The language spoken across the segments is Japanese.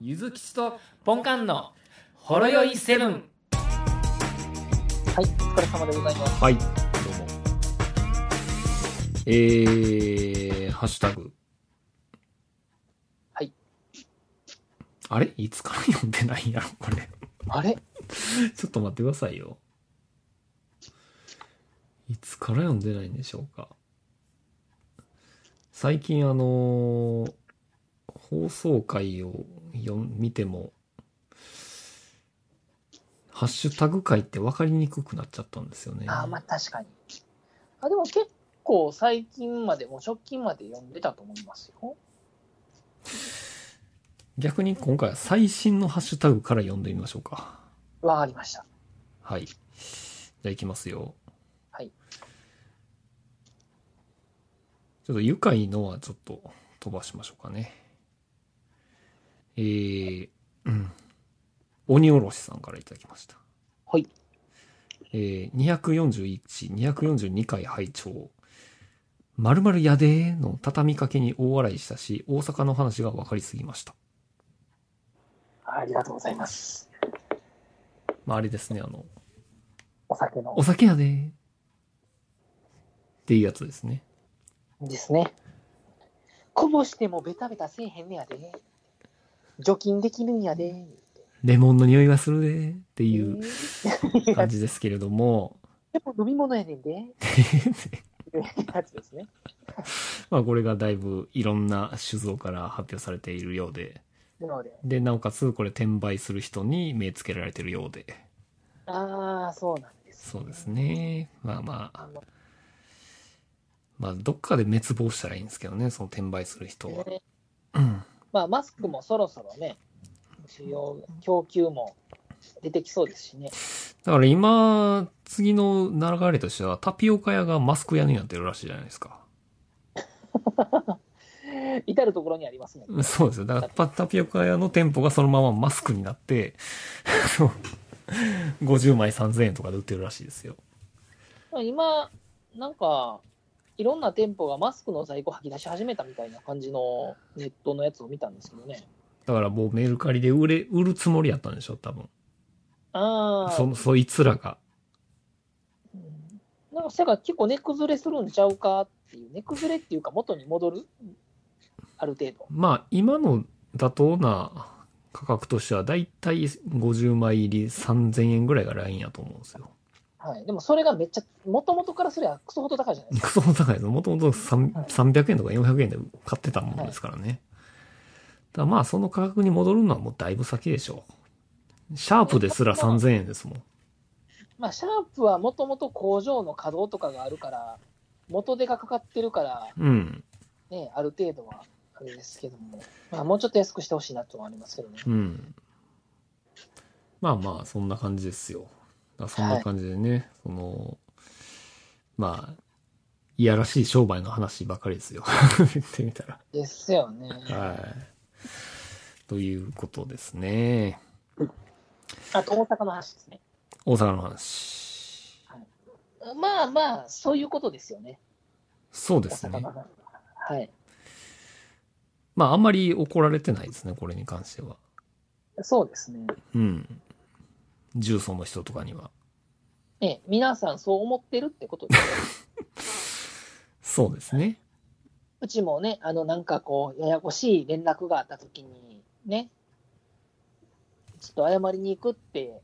ゆずきちとポンカンのほろよいセブン。はい、お疲れ様でございます。はい、どうも。えー、ハッシュタグ。はい。あれいつから読んでないんやろこれ。あれちょっと待ってくださいよ。いつから読んでないんでしょうか。最近あのー放送回を読ん見ても、ハッシュタグ回って分かりにくくなっちゃったんですよね。あーまあ確かに。あ、でも結構最近まで、もう直近まで読んでたと思いますよ。逆に今回は最新のハッシュタグから読んでみましょうか。わかりました。はい。じゃあ行きますよ。はい。ちょっと愉快のはちょっと飛ばしましょうかね。えー、うん。鬼おろしさんからいただきました。はい。えー、241、242回拝聴。まるまるやでーの畳みかけに大笑いしたし、大阪の話が分かりすぎました。ありがとうございます。まあ、あれですね、あの、お酒のお酒やでーっていうやつですね。ですね。こぼしてもベタベタせえへんねやで。除菌できるんやで。レモンの匂いがするでーっていいう感じですけれども、 でも飲み物やねんで。やつですね。まあこれがだいぶいろんな酒造から発表されているようで、なので、で、なおかつこれ転売する人に目つけられてるようで、ああ、そうなんです、そうです。ね。まあまああ、のまあどっかで滅亡したらいいんですけどね、その転売する人は。ねうん。まあ、マスクもそろそろね、需要、供給も出てきそうですしね。だから今、次の流れとしてはタピオカ屋がマスク屋になってるらしいじゃないですか。至るところにありますね。そうですよ。だからパタピオカ屋の店舗がそのままマスクになって、 そう50枚3000円とかで売ってるらしいですよ。今、なんか、いろんな店舗がマスクの在庫吐き出し始めたみたいな感じのネットのやつを見たんですけどね。だからもうメルカリで売れ、売るつもりやったんでしょ、多分。ああ、その、そいつらが。うんなんか、せが結構値崩れするんちゃうかっていう、値崩れっていうか元に戻るある程度。まあ、今の妥当な価格としては、だいたい50枚入り3000円ぐらいがラインやと思うんですよ。はい。でもそれがめっちゃ、もともとからすればクソほど高いじゃないでクソすか。も高いです。もともと300円とか400円で買ってたものですからね。だからまあ、その価格に戻るのはもうだいぶ先でしょう。シャープですら3000円ですもん。まあ、シャープはもともと工場の稼働とかがあるから、元手がかかってるから、うん。ね、ある程度はあれですけども、まあ、もうちょっと安くしてほしいなとはありますけどね。うん。まあまあ、そんな感じですよ。だからそんな感じでね、その、まあ、いやらしい商売の話ばかりですよ。 言ってみたら。ですよね。はい。ということですね。あと大阪の話ですね。大阪の話。まあまあ、そういうことですよね。そうで大す阪ねの。話は。はい。まあ、あんまり怒られてないですね、これに関しては。そうですね。うん。重曹の人とかには。ええ、皆さんそう思ってるってことです。そうですね。うちもね、あの、なんかこう、ややこしい連絡があったときに、ね、ちょっと謝りに行くって、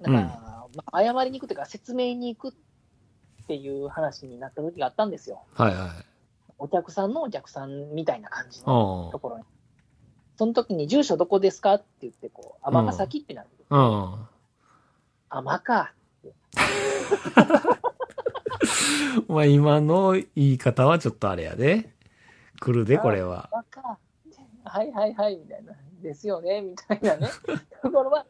なんか、まあ、謝りに行くっていうか、説明に行くっていう話になった時があったんですよ。はいはい。お客さんのお客さんみたいな感じの。あところに。その時に、住所どこですかって言って、こう、尼崎ってなる。あ。ああ。尼か。まあ今の言い方はちょっとあれやで。来るで、これは。尼か。はいはいはい、みたいな。ですよね、みたい なね。ところは。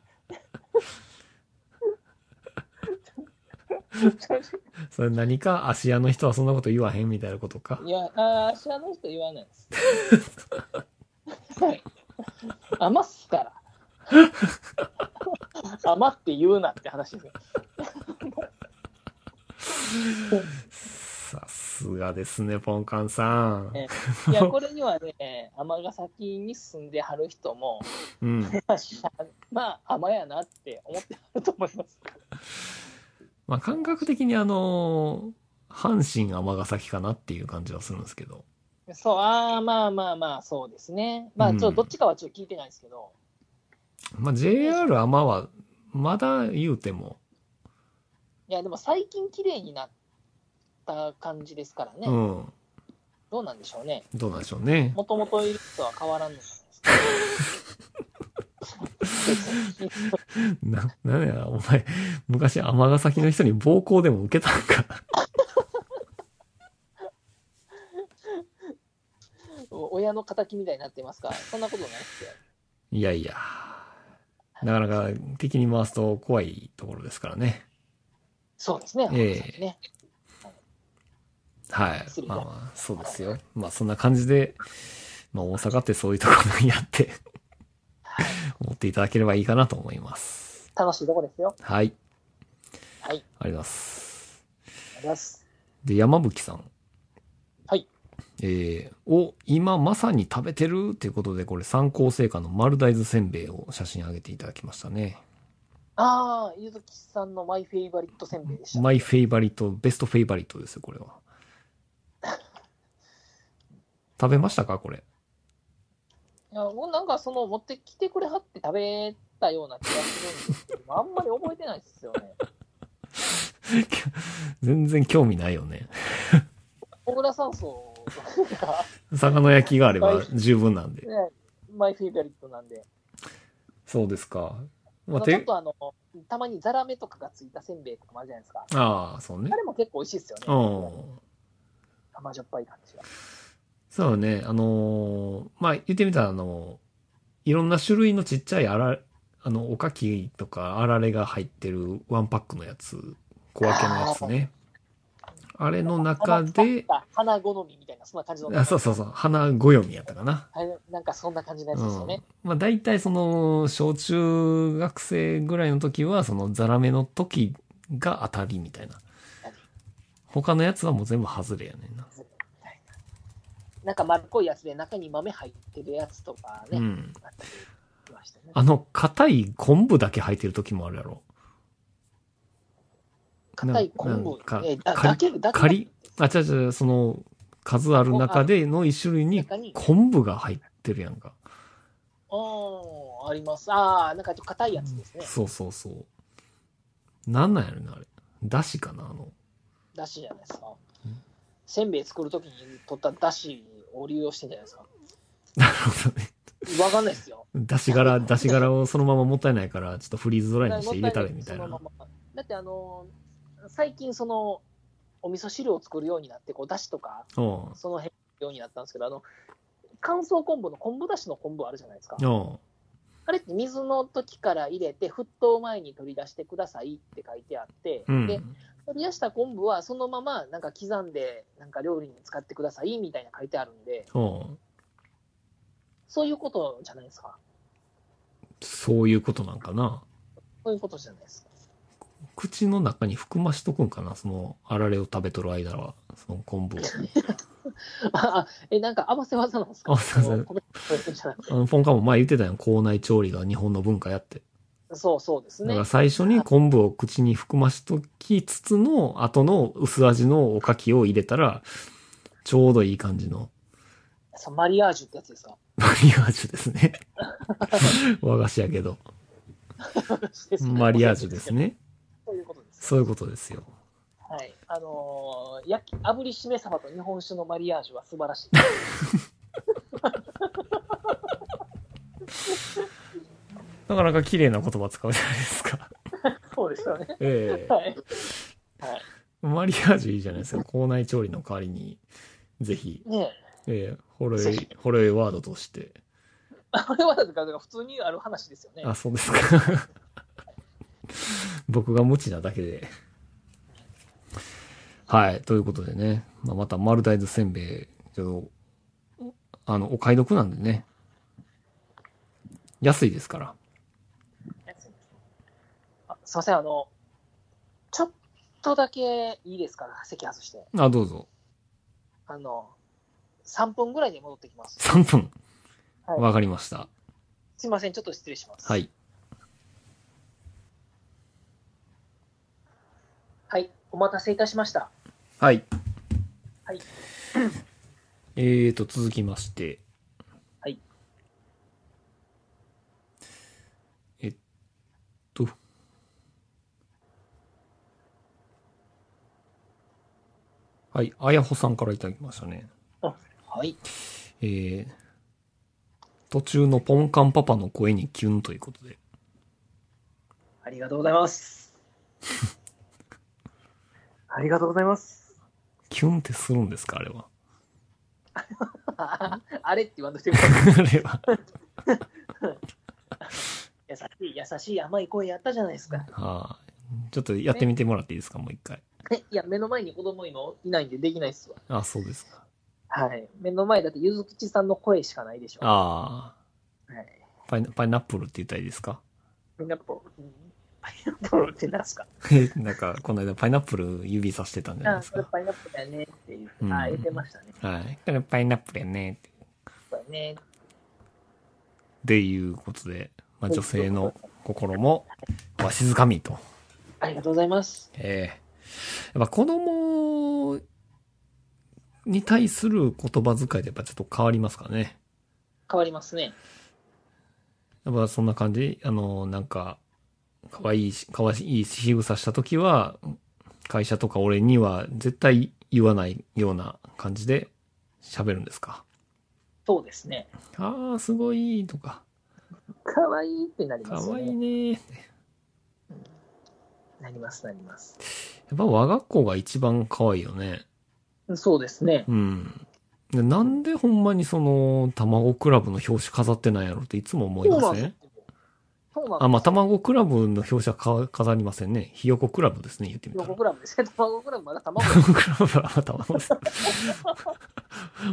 それ何か芦屋の人はそんなこと言わへんみたいなことかい。や、ああ、知らない人言わないです。 はい余すから。余って言うなって話ですよ。さすすがですね、ポンカンさん。ねい や、これにはね、尼崎に住んではる人も、 うん。まあ、甘やなって思ってはると思います。まあ、感覚的にあのー阪神尼崎かなっていう感じはするんですけど。そう、ああ、まあまあまあ、そうですね。まあ、ちょっとうんどっちかはちょっと聞いてないですけど、まあ、JR 尼は、まだ言うても、いや、でも最近綺麗になった感じですからね。うん。どうなんでしょうね。どうなんでしょうね。もともといる人は変わらんのじ ゃないですか。な、なんや、お前、昔尼崎の人に暴行でも受けたんか。 お親の敵みたいになってますから、そんなことないですよ。いやいや。なかなか敵に回すと怖いところですからね。そうですね、ええ尼崎ね。はい失。礼まあまあ、そうですよ。まあそんな感じで、まあ大阪ってそういうとこなんやって、思っていただければいいかなと思います。楽しいとこですよ。はい。はい、ありがとうあります。ございます。で、山吹さん。はい。えー、を今まさに食べてるっていうことで、これ参考成果の丸大豆せんべいを写真上げていただきました ね。ああ、ゆずきさんのマイフェイバリットせんべいでした。マイフェイバリット、ベストフェイバリットですよ、これは。食べましたかこれ。いや、もうなんかその持ってきてくれはって食べたような気がするんですけど、あんまり覚えてないですよね。 全然興味ないよね。小倉山荘が、魚焼きがあれば十分なんで。ね、マイフェイバリットなんで、そうですか。ままあ、、あちょってとあの、たまにザラメとかがついたせんべいとかもあるじゃないですか。ああ、そうねあ。れも結構美味しいですようね。ん。甘じょっぱい感じが。そうね。あのーまあ、言ってみたら、あのいろんな種類のちっちゃいあら、あの、おかきとかあられが入ってるワンパックのやつ、小分けのやつね。あれの中で、花花好みみたいな、そんな感じの。あそうそうそう、花ごよみやったかな。はい。なんかそんな感じのやつうですよんね。まあ大体その小中学生ぐらいの時はそのザラメの時が当たりみたいなはい。他のやつはもう全部外れやねんな。なんか丸っこいやつで中に豆入ってるやつとかうね、ん。あったりしましたね。あの硬い昆布だけ入ってる時もあるやろ。硬い昆なんか布、えだカリだけだけカリあ、違う違う、その数ある中での一種類に昆布が入ってるやんか。おーあります。ああ、なんかちょっと硬いやつですね。そうそうそう。なんなんやろな、あれ。だしかな、あの。 だしじゃないですかうん。せんべい作るときに取っただしを利用してんじゃないですか。なるほどね。わかんないですよ。出し 柄、出し柄をそのままもったいないから、ちょっとフリーズドライにして入れたれみたいな。そのままだってあのー最近そのお味噌汁を作るようになってこうだしとかうん。その辺ようになったんですけどあの乾燥昆布の昆布だしの昆布あるじゃないですかうん。あれって水の時から入れて沸騰前に取り出してくださいって書いてあって、うでん。取り出した昆布はそのままなんか刻んでなんか料理に使ってくださいみたいな書いてあるんでうん。そういうことじゃないですかそういうことなんかな。そういうことじゃないですか 口の中に含ましとくんかな、その、あられを食べとる間は、その昆布を。ああえなんか合わせ技なんですか合わせ技あのごめんそういうことじゃなくてあの、ポンカンも前言ってたやん、校内調理が日本の文化やって。そうそうですだねから最初に昆布を口に含ましときつつの、後の薄味のおかきを入れたら、ちょうどいい感じの そうマリアージュってやつですかマリアージュですね。和菓子やけど。 マリアージュです。ね。そういうことです。そういうことですよ。はい。あのー焼き、炙りしめ鯖と日本酒のマリアージュは素晴 らしい。なかなか綺麗な言葉使うじゃないですか。そうですよね。ええはい。はい。マリアージュいいじゃないですか。校内調理の代わりに、ぜひ、ねえ。ええほろぜ酔ひい、ほろ酔いワードとして。あれはだから普通にある話ですよね。あ、そうですか。 僕が無知なだけで。はい。ということでね。まあ、また丸大豆せんべい、ちょっと、あの、お買い得なんでね。安いですから。あすいません、あの、ちょっとだけいいですから、席外して。あ、どうぞ。あの、3分ぐらいで戻ってきます。 3分。はいわかりました。すいません、ちょっと失礼します。はい。はい、お待たせいたしました。はい。はい。 えーと、続きまして。はい。えっと。はい。あやほさんからいただきましたね。はい。えー、途中のポンカンパパの声にキュンということで。ありがとうござい ます。ありがとうございます。キュンってするんですかあれは。 あれって言わんとしてくださいあれは。優しい、優しい甘い声やったじゃないですか。はい。ちょっとやってみてもらっていいですかもう一回。え いや、目の前に子供今いないんでできないっすわ。あ、そうですか。はい。目の前だってゆずきちさんの声しかないでしょ。はあい。あ。パイナパイナップルって言ったらいいですかパイナップル。パイナップルって何すかえなんか、この間パイナップル指さしてたんじゃないあ、ですそれか。パイナップルだよねっていうう。んあ、言ってましたね。はい。これパイナップルやねって。そうだよね。っていうことで、まあ、女性の心もわしづかみと。ありがとうございます。ええやっぱ子供に対する言葉遣いでやっぱちょっと変わりますからね。変わりますね。やっぱそんな感じあの、なんか、可愛いし、可愛い仕草した時は、会社とか俺には絶対言わないような感じで喋るんですか。そうですね。ああ、すごいとか、かわいいってなりかますよわね。いいねなります、なります。やっぱ我が子が一番可愛いよね。そうですね。うん。でなんでほんまにその、卵クラブの表紙飾ってないやろっていつも思いそうなまんせですんよ。そうなんですあ、まあ、卵クラブの表紙はか飾りませんね。ひよこクラブですね、言ってみたら卵。クラブですね。卵クラブま だ卵。はい卵クラブは卵です。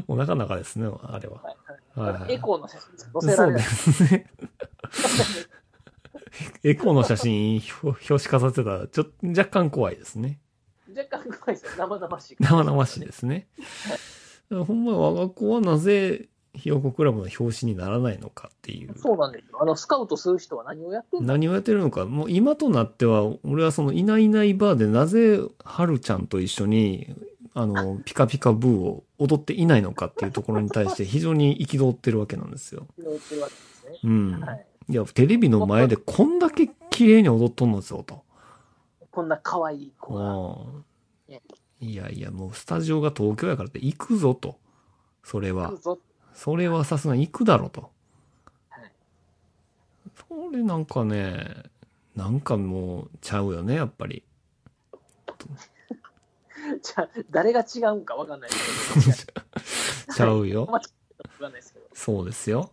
お腹の中ですね、あれは。はいはいまはだいエコーの写真しか載せらそれうなでい。すね。 エコーの写真、表表紙飾ってたら、ちょっと若干怖いですね。若干怖いですよ。生々しい。生々しいですね。ほんま我が子はなぜ、ひよこクラブの表紙にならないのかっていう。そうなんですよ。あの、スカウトする人は何をやってん の何をやってるのか。もう今となっては、俺はそのいないいないバーでなぜ、はるちゃんと一緒に、あの、ピカピカブーを踊っていないのかっていうところに対して 非常に憤ってるわけなんですよ。言ってるわけですね。うん。はい。いや、テレビの前でこんだけ綺麗に踊っとんのですよ、と。こんな可愛い子が。うねん。いやいや、もうスタジオが東京やからって行くぞ、と。それは来る。ぞ。それはさすがに行くだろとはい。それなんかね、なんかもうちゃうよね、やっぱり。じゃあ、誰が違うんかわかんないですけど。ちゃうよ。わかんないですけど。そうですよ。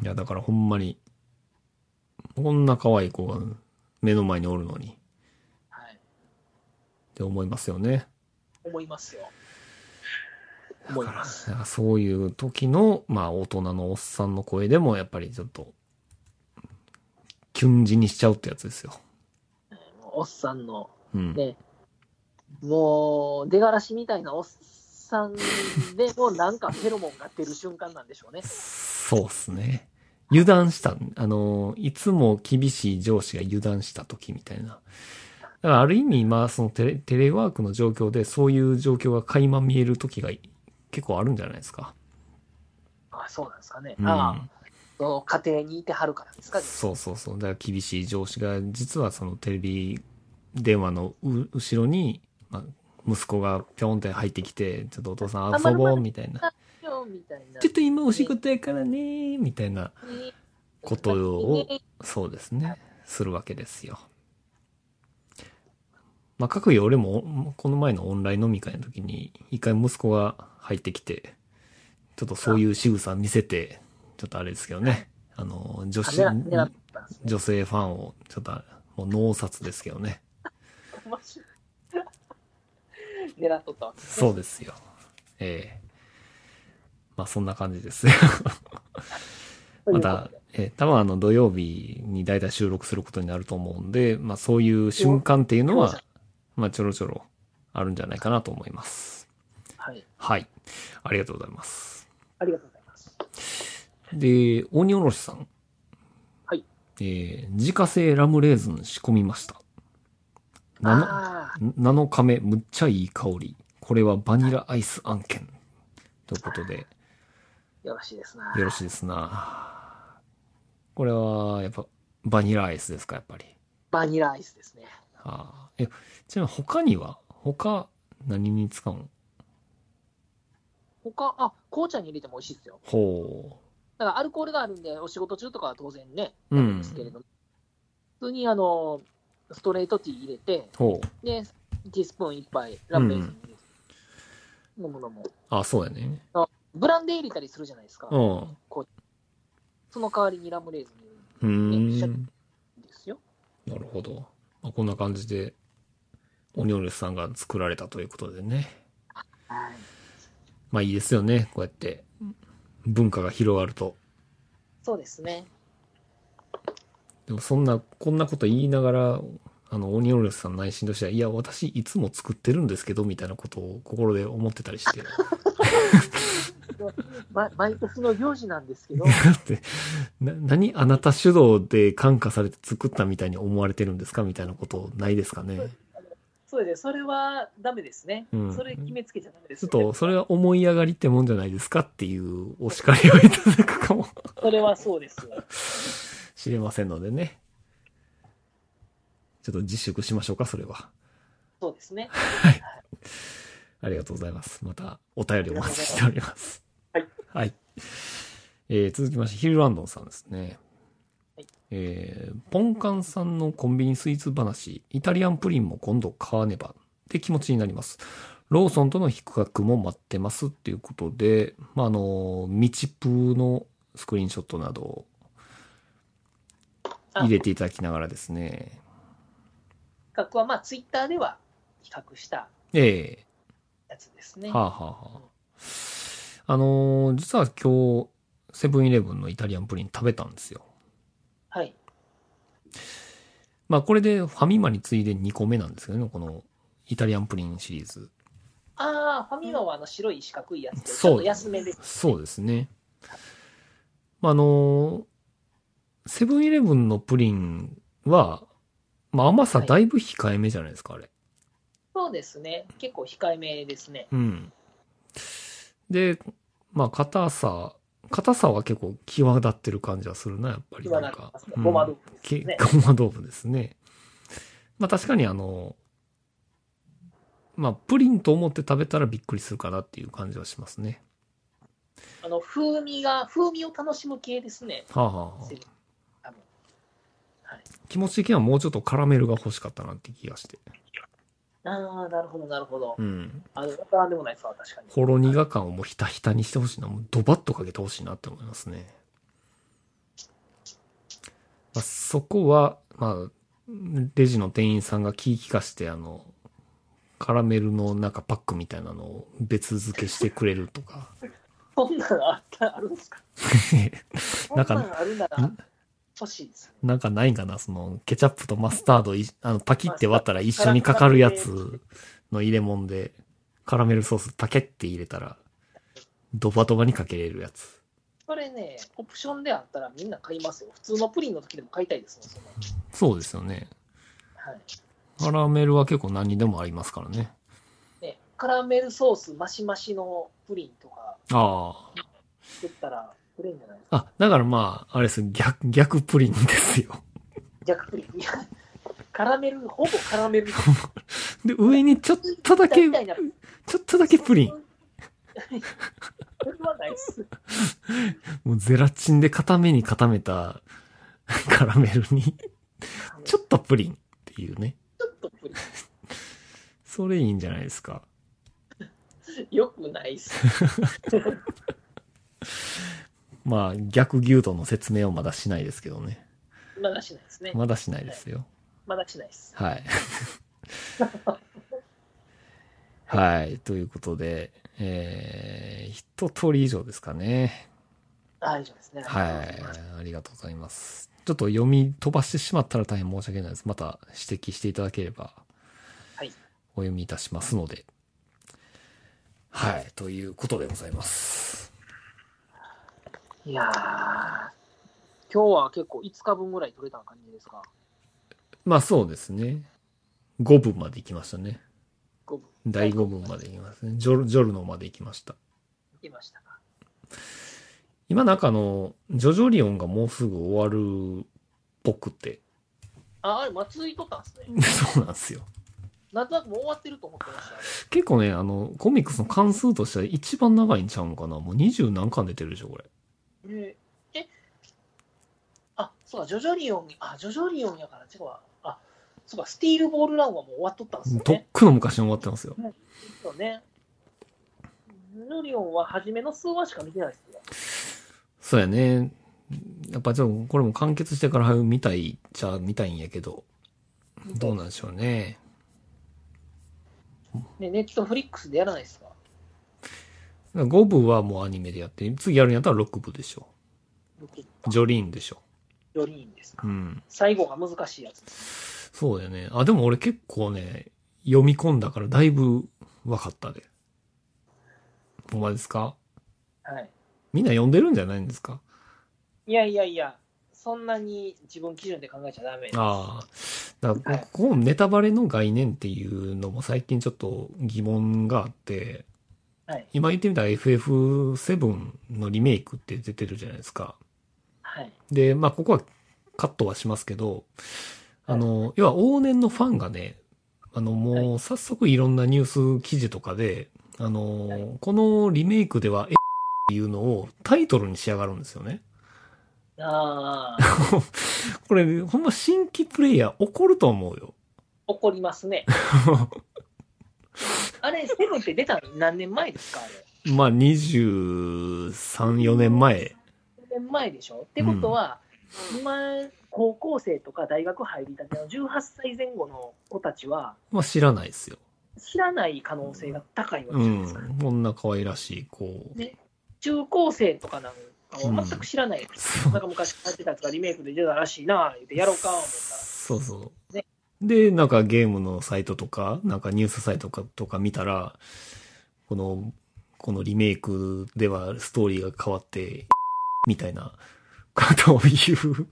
いや、だからほんまに、こんな可愛い子が目の前におるのに、っはい。て思いますよね。思いますよ。思います。だからそういう時の、まあ大人のおっさんの声でも、やっぱりちょっと、キュン死にしちゃうってやつですよ。おっさんの、うん。ね、もう、出がらしみたいなおっさんでも、なんかフェロモンが出る瞬間なんでしょうね。そうっすね。油断した。あの、いつも厳しい上司が油断した時みたいな。だからある意味今、そのテレテレワークの状況でそういう状況が垣間見える時が結構あるんじゃないですか。あそうなんですかね。うん、ああ、その家庭にいてはるからですかね。そうそうそう。だから厳しい上司が、実はそのテレビ電話のう後ろに、まあ、息子がぴょんって入ってきて、ちょっとお父さんあま遊るまぼるうみたいな。今日みたいなちょっ。と今お仕事やからね、みたいなことをそうですね。するわけですよ。まあ、各よ俺も、この前のオンライン飲み会の時に、一回息子が入ってきて、ちょっとそういう仕草見せて、ちょっとあれですけどね。あの、女あ子、狙狙ったんですね。女性ファンを、ちょっと、もう脳殺ですけどね。面白い 狙っとったわけですねそうですよ。ええまあ、そんな感じですよ。また、えー多分あの土曜日に大体収録することになると思うんで、まあそういう瞬間っていうのそうは、まあちょろちょろあるんじゃないかなと思います。はい。はい。ありがとうございます。ありがとうございます。で、鬼おろしさん。はい。えー、自家製ラムレーズン仕込みました。7, ああ、 7日目、むっちゃいい香り。これはバニラアイス案件。ということで、よろしいですな。よろしいですな。これは、やっぱ、バニラアイスですか、やっぱり。バニラアイスですね。ああ。え、ちなみに他には他、何に使うん他、あ、紅茶に入れても美味しいですよ。ほだからアルコールがあるんで、お仕事中とかは当然ね、う。うでんす。けれども、普通にあの、ストレートティー入れて、ほう。で、ティースプーン一杯、ラムレーズン入れて、飲むのも。あ、そうやね。ブランデー入れたりするじゃないですか。うん。その代わりにラムレーズン入れるうーん。んですよ。なるほど。まあ、こんな感じで、オニオルさんが作られたということでね。はい。まあいいですよね。こうやって、文化が広がると。そうで すね。でもそんな、こんなこと言いながら、あの、オニオルさん内心としては、いや、私いつも作ってるんですけど、みたいなことを心で思ってたりして。ま、毎年の行事なんですけど、だって、な、何あなた主導で感化されて作ったみたいに思われてるんですかみたいなことないですかね。 そうです。それはダメですね。うんそれ決めつけちゃダメでちすょよっね、と、それは思い上がりってもんじゃないですかっていうお叱りをいただくかもそれはそうです。しれませんのでね。ちょっと自粛しましょうか、それは。そうですね。ありがとうございます。またお便りお待ちしております。はい。はい。えー続きまして、ヒルランドンさんですね。はいえーポンカンさんのコンビニスイーツ話、イタリアンプリンも今度買わねばって気持ちになります。ローソンとの比較も待ってますっていうことで、まあ、あの、道プーのスクリーンショットなどを入れていただきながらですね。比較は、まあ、ツイッターでは比較したええやつですね。はあ、はあはあ、あのー実は今日、セブンイレブンのイタリアンプリン食べたんですよ。はい。まあこれでファミマに次いで2個目なんですけどね、このイタリアンプリンシリーズ。ああ、ファミマはあの白い四角いやつで、ちそうょっと安めです。そうですね。まああのーセブンイレブンのプリンは、まあ甘さだいぶ控えめじゃないですか、あれ。そうですね。結構控えめですね。うん。で、まあ硬さ、硬さは結構際立ってる感じはするな、やっぱり言わなんなりかま。すねう。んごま豆腐ですけね。ごま豆腐ですね。まあ確かにあの、まあプリンと思って食べたらびっくりするかなっていう感じはしますね。あの、風味が、風味を楽しむ系ですね。はあ、はあはあセブンあのはい、気持ち的にはもうちょっとカラメルが欲しかったなって気がして。ああ、なるほど、なるほどう。ん。あの、なんでもないですわ、確かに。ほろ苦感をもうひたひたにしてほしいな。もうドバッとかけてほしいなって思いますね。まあ、そこは、まあ、レジの店員さんが気ぃ利かして、あの、カラメルのなんかパックみたいなのを別付けしてくれるとか。そんなのあった、あるんですかそんなんなかのあるならん、欲しいですね。 なんかないんかなその、ケチャップとマスタードい、あの、パキって割ったら一緒にかかるやつの入れ物で、カラメルソースパケって入れたら、ドバドバにかけれるやつ。それね、オプションであったらみんな買いますよ。普通のプリンの時でも買いたいですもん、そんなのそうですよね。はい。カラメルは結構何にでもありますからね。ね、カラメルソースマシマシのプリンとかあ作ったら、プレーンじゃないですか。あ。あ、だからまあ、あれです、逆、逆プリンですよ。逆プリン。いや、 カラメル、ほぼカラメル。で、上にちょっとだけ、みたいちな。ょっとだけプリン。それはないっす。もうゼラチンで固めに固めたカラメルに、ちょっとプリンっていうね。ちょっとプリそれいいんじゃないですか。ン。よくないっす。まあ、逆牛丼の説明をまだしないですけどね。まだしないですね。まだしないですよ。まだしないです。はい。 はい。ということで、えー、一通り以上ですかね。あ、以上ですね。はい。ありがとうございます。ちょっと読み飛ばしてしまったら大変申し訳ないです。また指摘していただければはい。お読みいたしますので。はい、ということでございます。いやー、今日は結構5日分ぐらい取れた感じですか。まあそうですね。5分まで行きましたね。 5分第5分まで行きますね。ジョルジョルノまで行きました。いましたか。今なんかあの、ジョジョリオンがもうすぐ終わるっぽくて。あ、あれ、祭りとったんですね。 そうなんですよ。なんとなくもう終わってると思ってました。結構ね、あの、コミックスの関数としては一番長いんちゃうのかなもう二十何巻出てるでしょ、これ。えー、え、あ、そうか、ジョジョリオン、あ、ジョジョリオンやから、違うわ。あ、そうか、スティールボールランはもう終わっとったんですよとっね。くの昔に終わってますよ。そうね。ジョジョリオンは初めの数話しか見てないですよ。そうやね。やっぱちょっとこれも完結してから見たいっちゃ見たいんやけど、どうなんでしょうね。ね、ネットフリックスでやらないですか。 5部はもうアニメでやって、次やるんやったら6部でしょ。ロケットジョリーンでしょ。よりいいんですか。うん。最後が難しいやつです。そうだよね。あ、でも俺結構ね、読み込んだからだいぶ分かったで。ほんまですかはい。みんな読んでるんじゃないんですかいやいやいや、そんなに自分基準で考えちゃダメです。ああ。だからはいここのネタバレの概念っていうのも最近ちょっと疑問があって、はい。今言ってみたら FF7 のリメイクって出てるじゃないですか。はい。で、まあここはカットはしますけど、あの、要は往年のファンがね、あのもう早速いろんなニュース記事とかで、あはいの、このリメイクでは、えっていうのをタイトルに仕上がるんですよね。ああ、これ、ほんま新規プレイヤー怒ると思うよ。怒りま すね。あれ、セブンって出たの何年前ですかあれ。まあ、23、4年前。 10年前でしょってことは、今、高校生とか大学入りたての18歳前後の子たちは、まあ、知らないですよ。知らない可能性が高いわうけじゃないですか。ん。こんな可愛らしい子。中高生とかなんかは全く知らないです。そうなんか昔やってたやつがリメイクで出たらしいな、言ってやろうか、思ったら。そうそうね。で、なんかゲームのサイトとか、なんかニュースサイトとかとか見たら、この、このリメイクではストーリーが変わって、みたいなことを言う。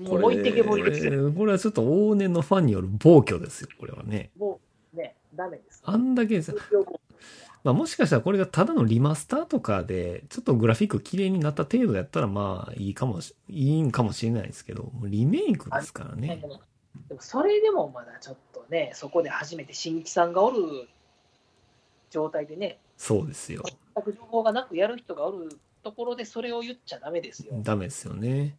もう置いてけぼりですよ。これはちょっと往年のファンによる暴挙ですよ、これはね。もうね、ダメです。あんだけですよまあ、もしかしたらこれがただのリマスターとかで、ちょっとグラフィック綺麗になった程度やったら、まあ、いいかもし、いいんかもしれないですけど、もうリメイクですからねで。もでもそれでもまだちょっとね、そこで初めて新規さんがおる状態でね、そうですよ。全く情報がなくやる人がおるところでそれを言っちゃダメですよ。ダメですよね。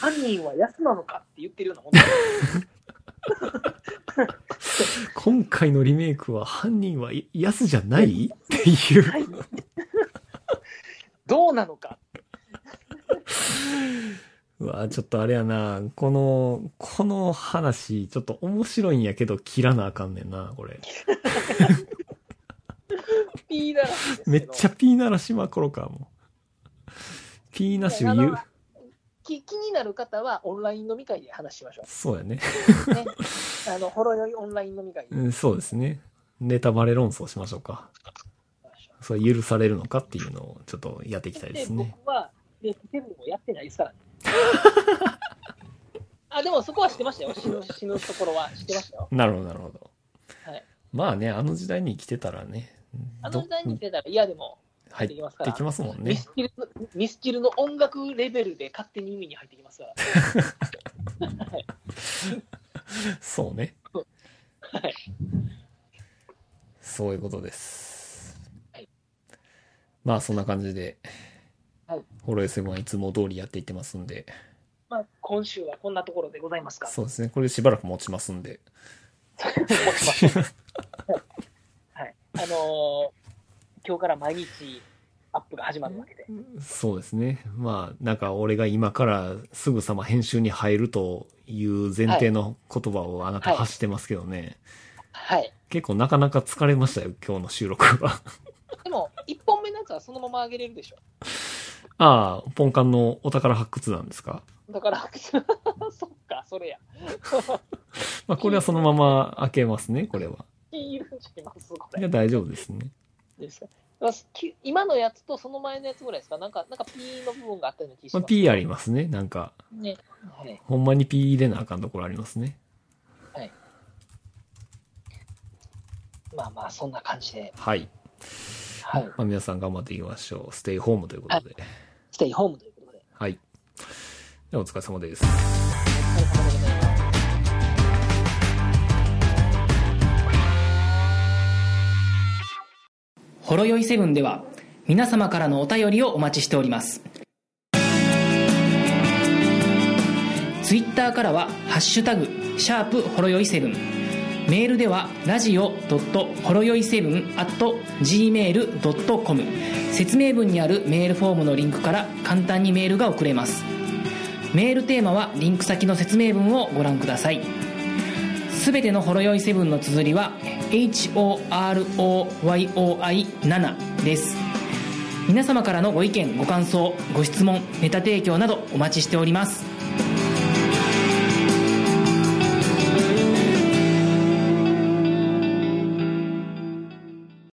犯人は安なのかって言ってるようなもんだよ今回のリメイクは犯人はヤスじゃないっていう。 はい。どうなのか。うわちょっとあれやな。この、この話、ちょっと面白いんやけど、切らなあかんねんな、これ。ピーだらけですけどめっちゃピーならしまころか、もう。ピーなしを言いうや。気気になる方はオンライン飲み会で話しましょそうやね。う。 ね、あのほろ酔いオンライン飲み会でう話んそうですね。ネタバレ論争しましょうか。しましょうそれ許されるのかっていうのをちょっとやっていきたいですね。僕は、で、セブンをやってないです からね。あ、でもそこは知ってましたよ。死ぬ、死ぬところは知ってましたよ。なるほど、なるほど。はいまあね、あの時代に生きてたらね、あどの時代に出たら嫌でも入できまっすかてらきますもんミね。スチルの、ミスチルの音楽レベルで勝手に耳に入ってきますから。そうね。 はい。そういうことですはい。まあそんな感じで、はいホロエセブンはいつも通りやっていってますんで、まあ、今週はこんなところでございますか。そうですね、これしばらく持ちますんで。思ってますはい。あのー今日から毎日アップが始まるわけで。そうですね。まあなんか俺が今からすぐさま編集に入るという前提の言葉をあなたはい発してますけどね、はい。結構なかなか疲れましたよ、今日の収録は。 でも、1本目のやつはそのまま上げれるでしょ。ああ、ポンカンのお宝発掘なんですかだから、 そっか、それや。まあこれはそのまま開けますね、これは。聞人いるんちゃいますこいれや、。大丈夫ですね。ですかだからき今のやつとその前のやつぐらいですかなんか、なんか P の部分があったような気がしままあ、す。 P ありますね。なんか、ね。はい。ほんまに P 入れなあかんところありますね。まあまあ、そんな感じで。はい。はい。まあ、皆さん頑張っていきましょう。ステイホームということで。ステイホームということで。はい。ではお疲れ様です。お疲れ様でございます。ほろよいセブンでは皆様からのお便りをお待ちしておりますツイッターからは「ハッシュタグシャープほろよいセブン」メールではラジオほろよい7 gmail.com 説明文にあるメールフォームのリンクから簡単にメールが送れますメールテーマはリンク先の説明文をご覧くださいすべてのほろ酔いセブンの綴りは HOROYOI7 です皆様からのご意見ご感想ご質問ネタ提供などお待ちしております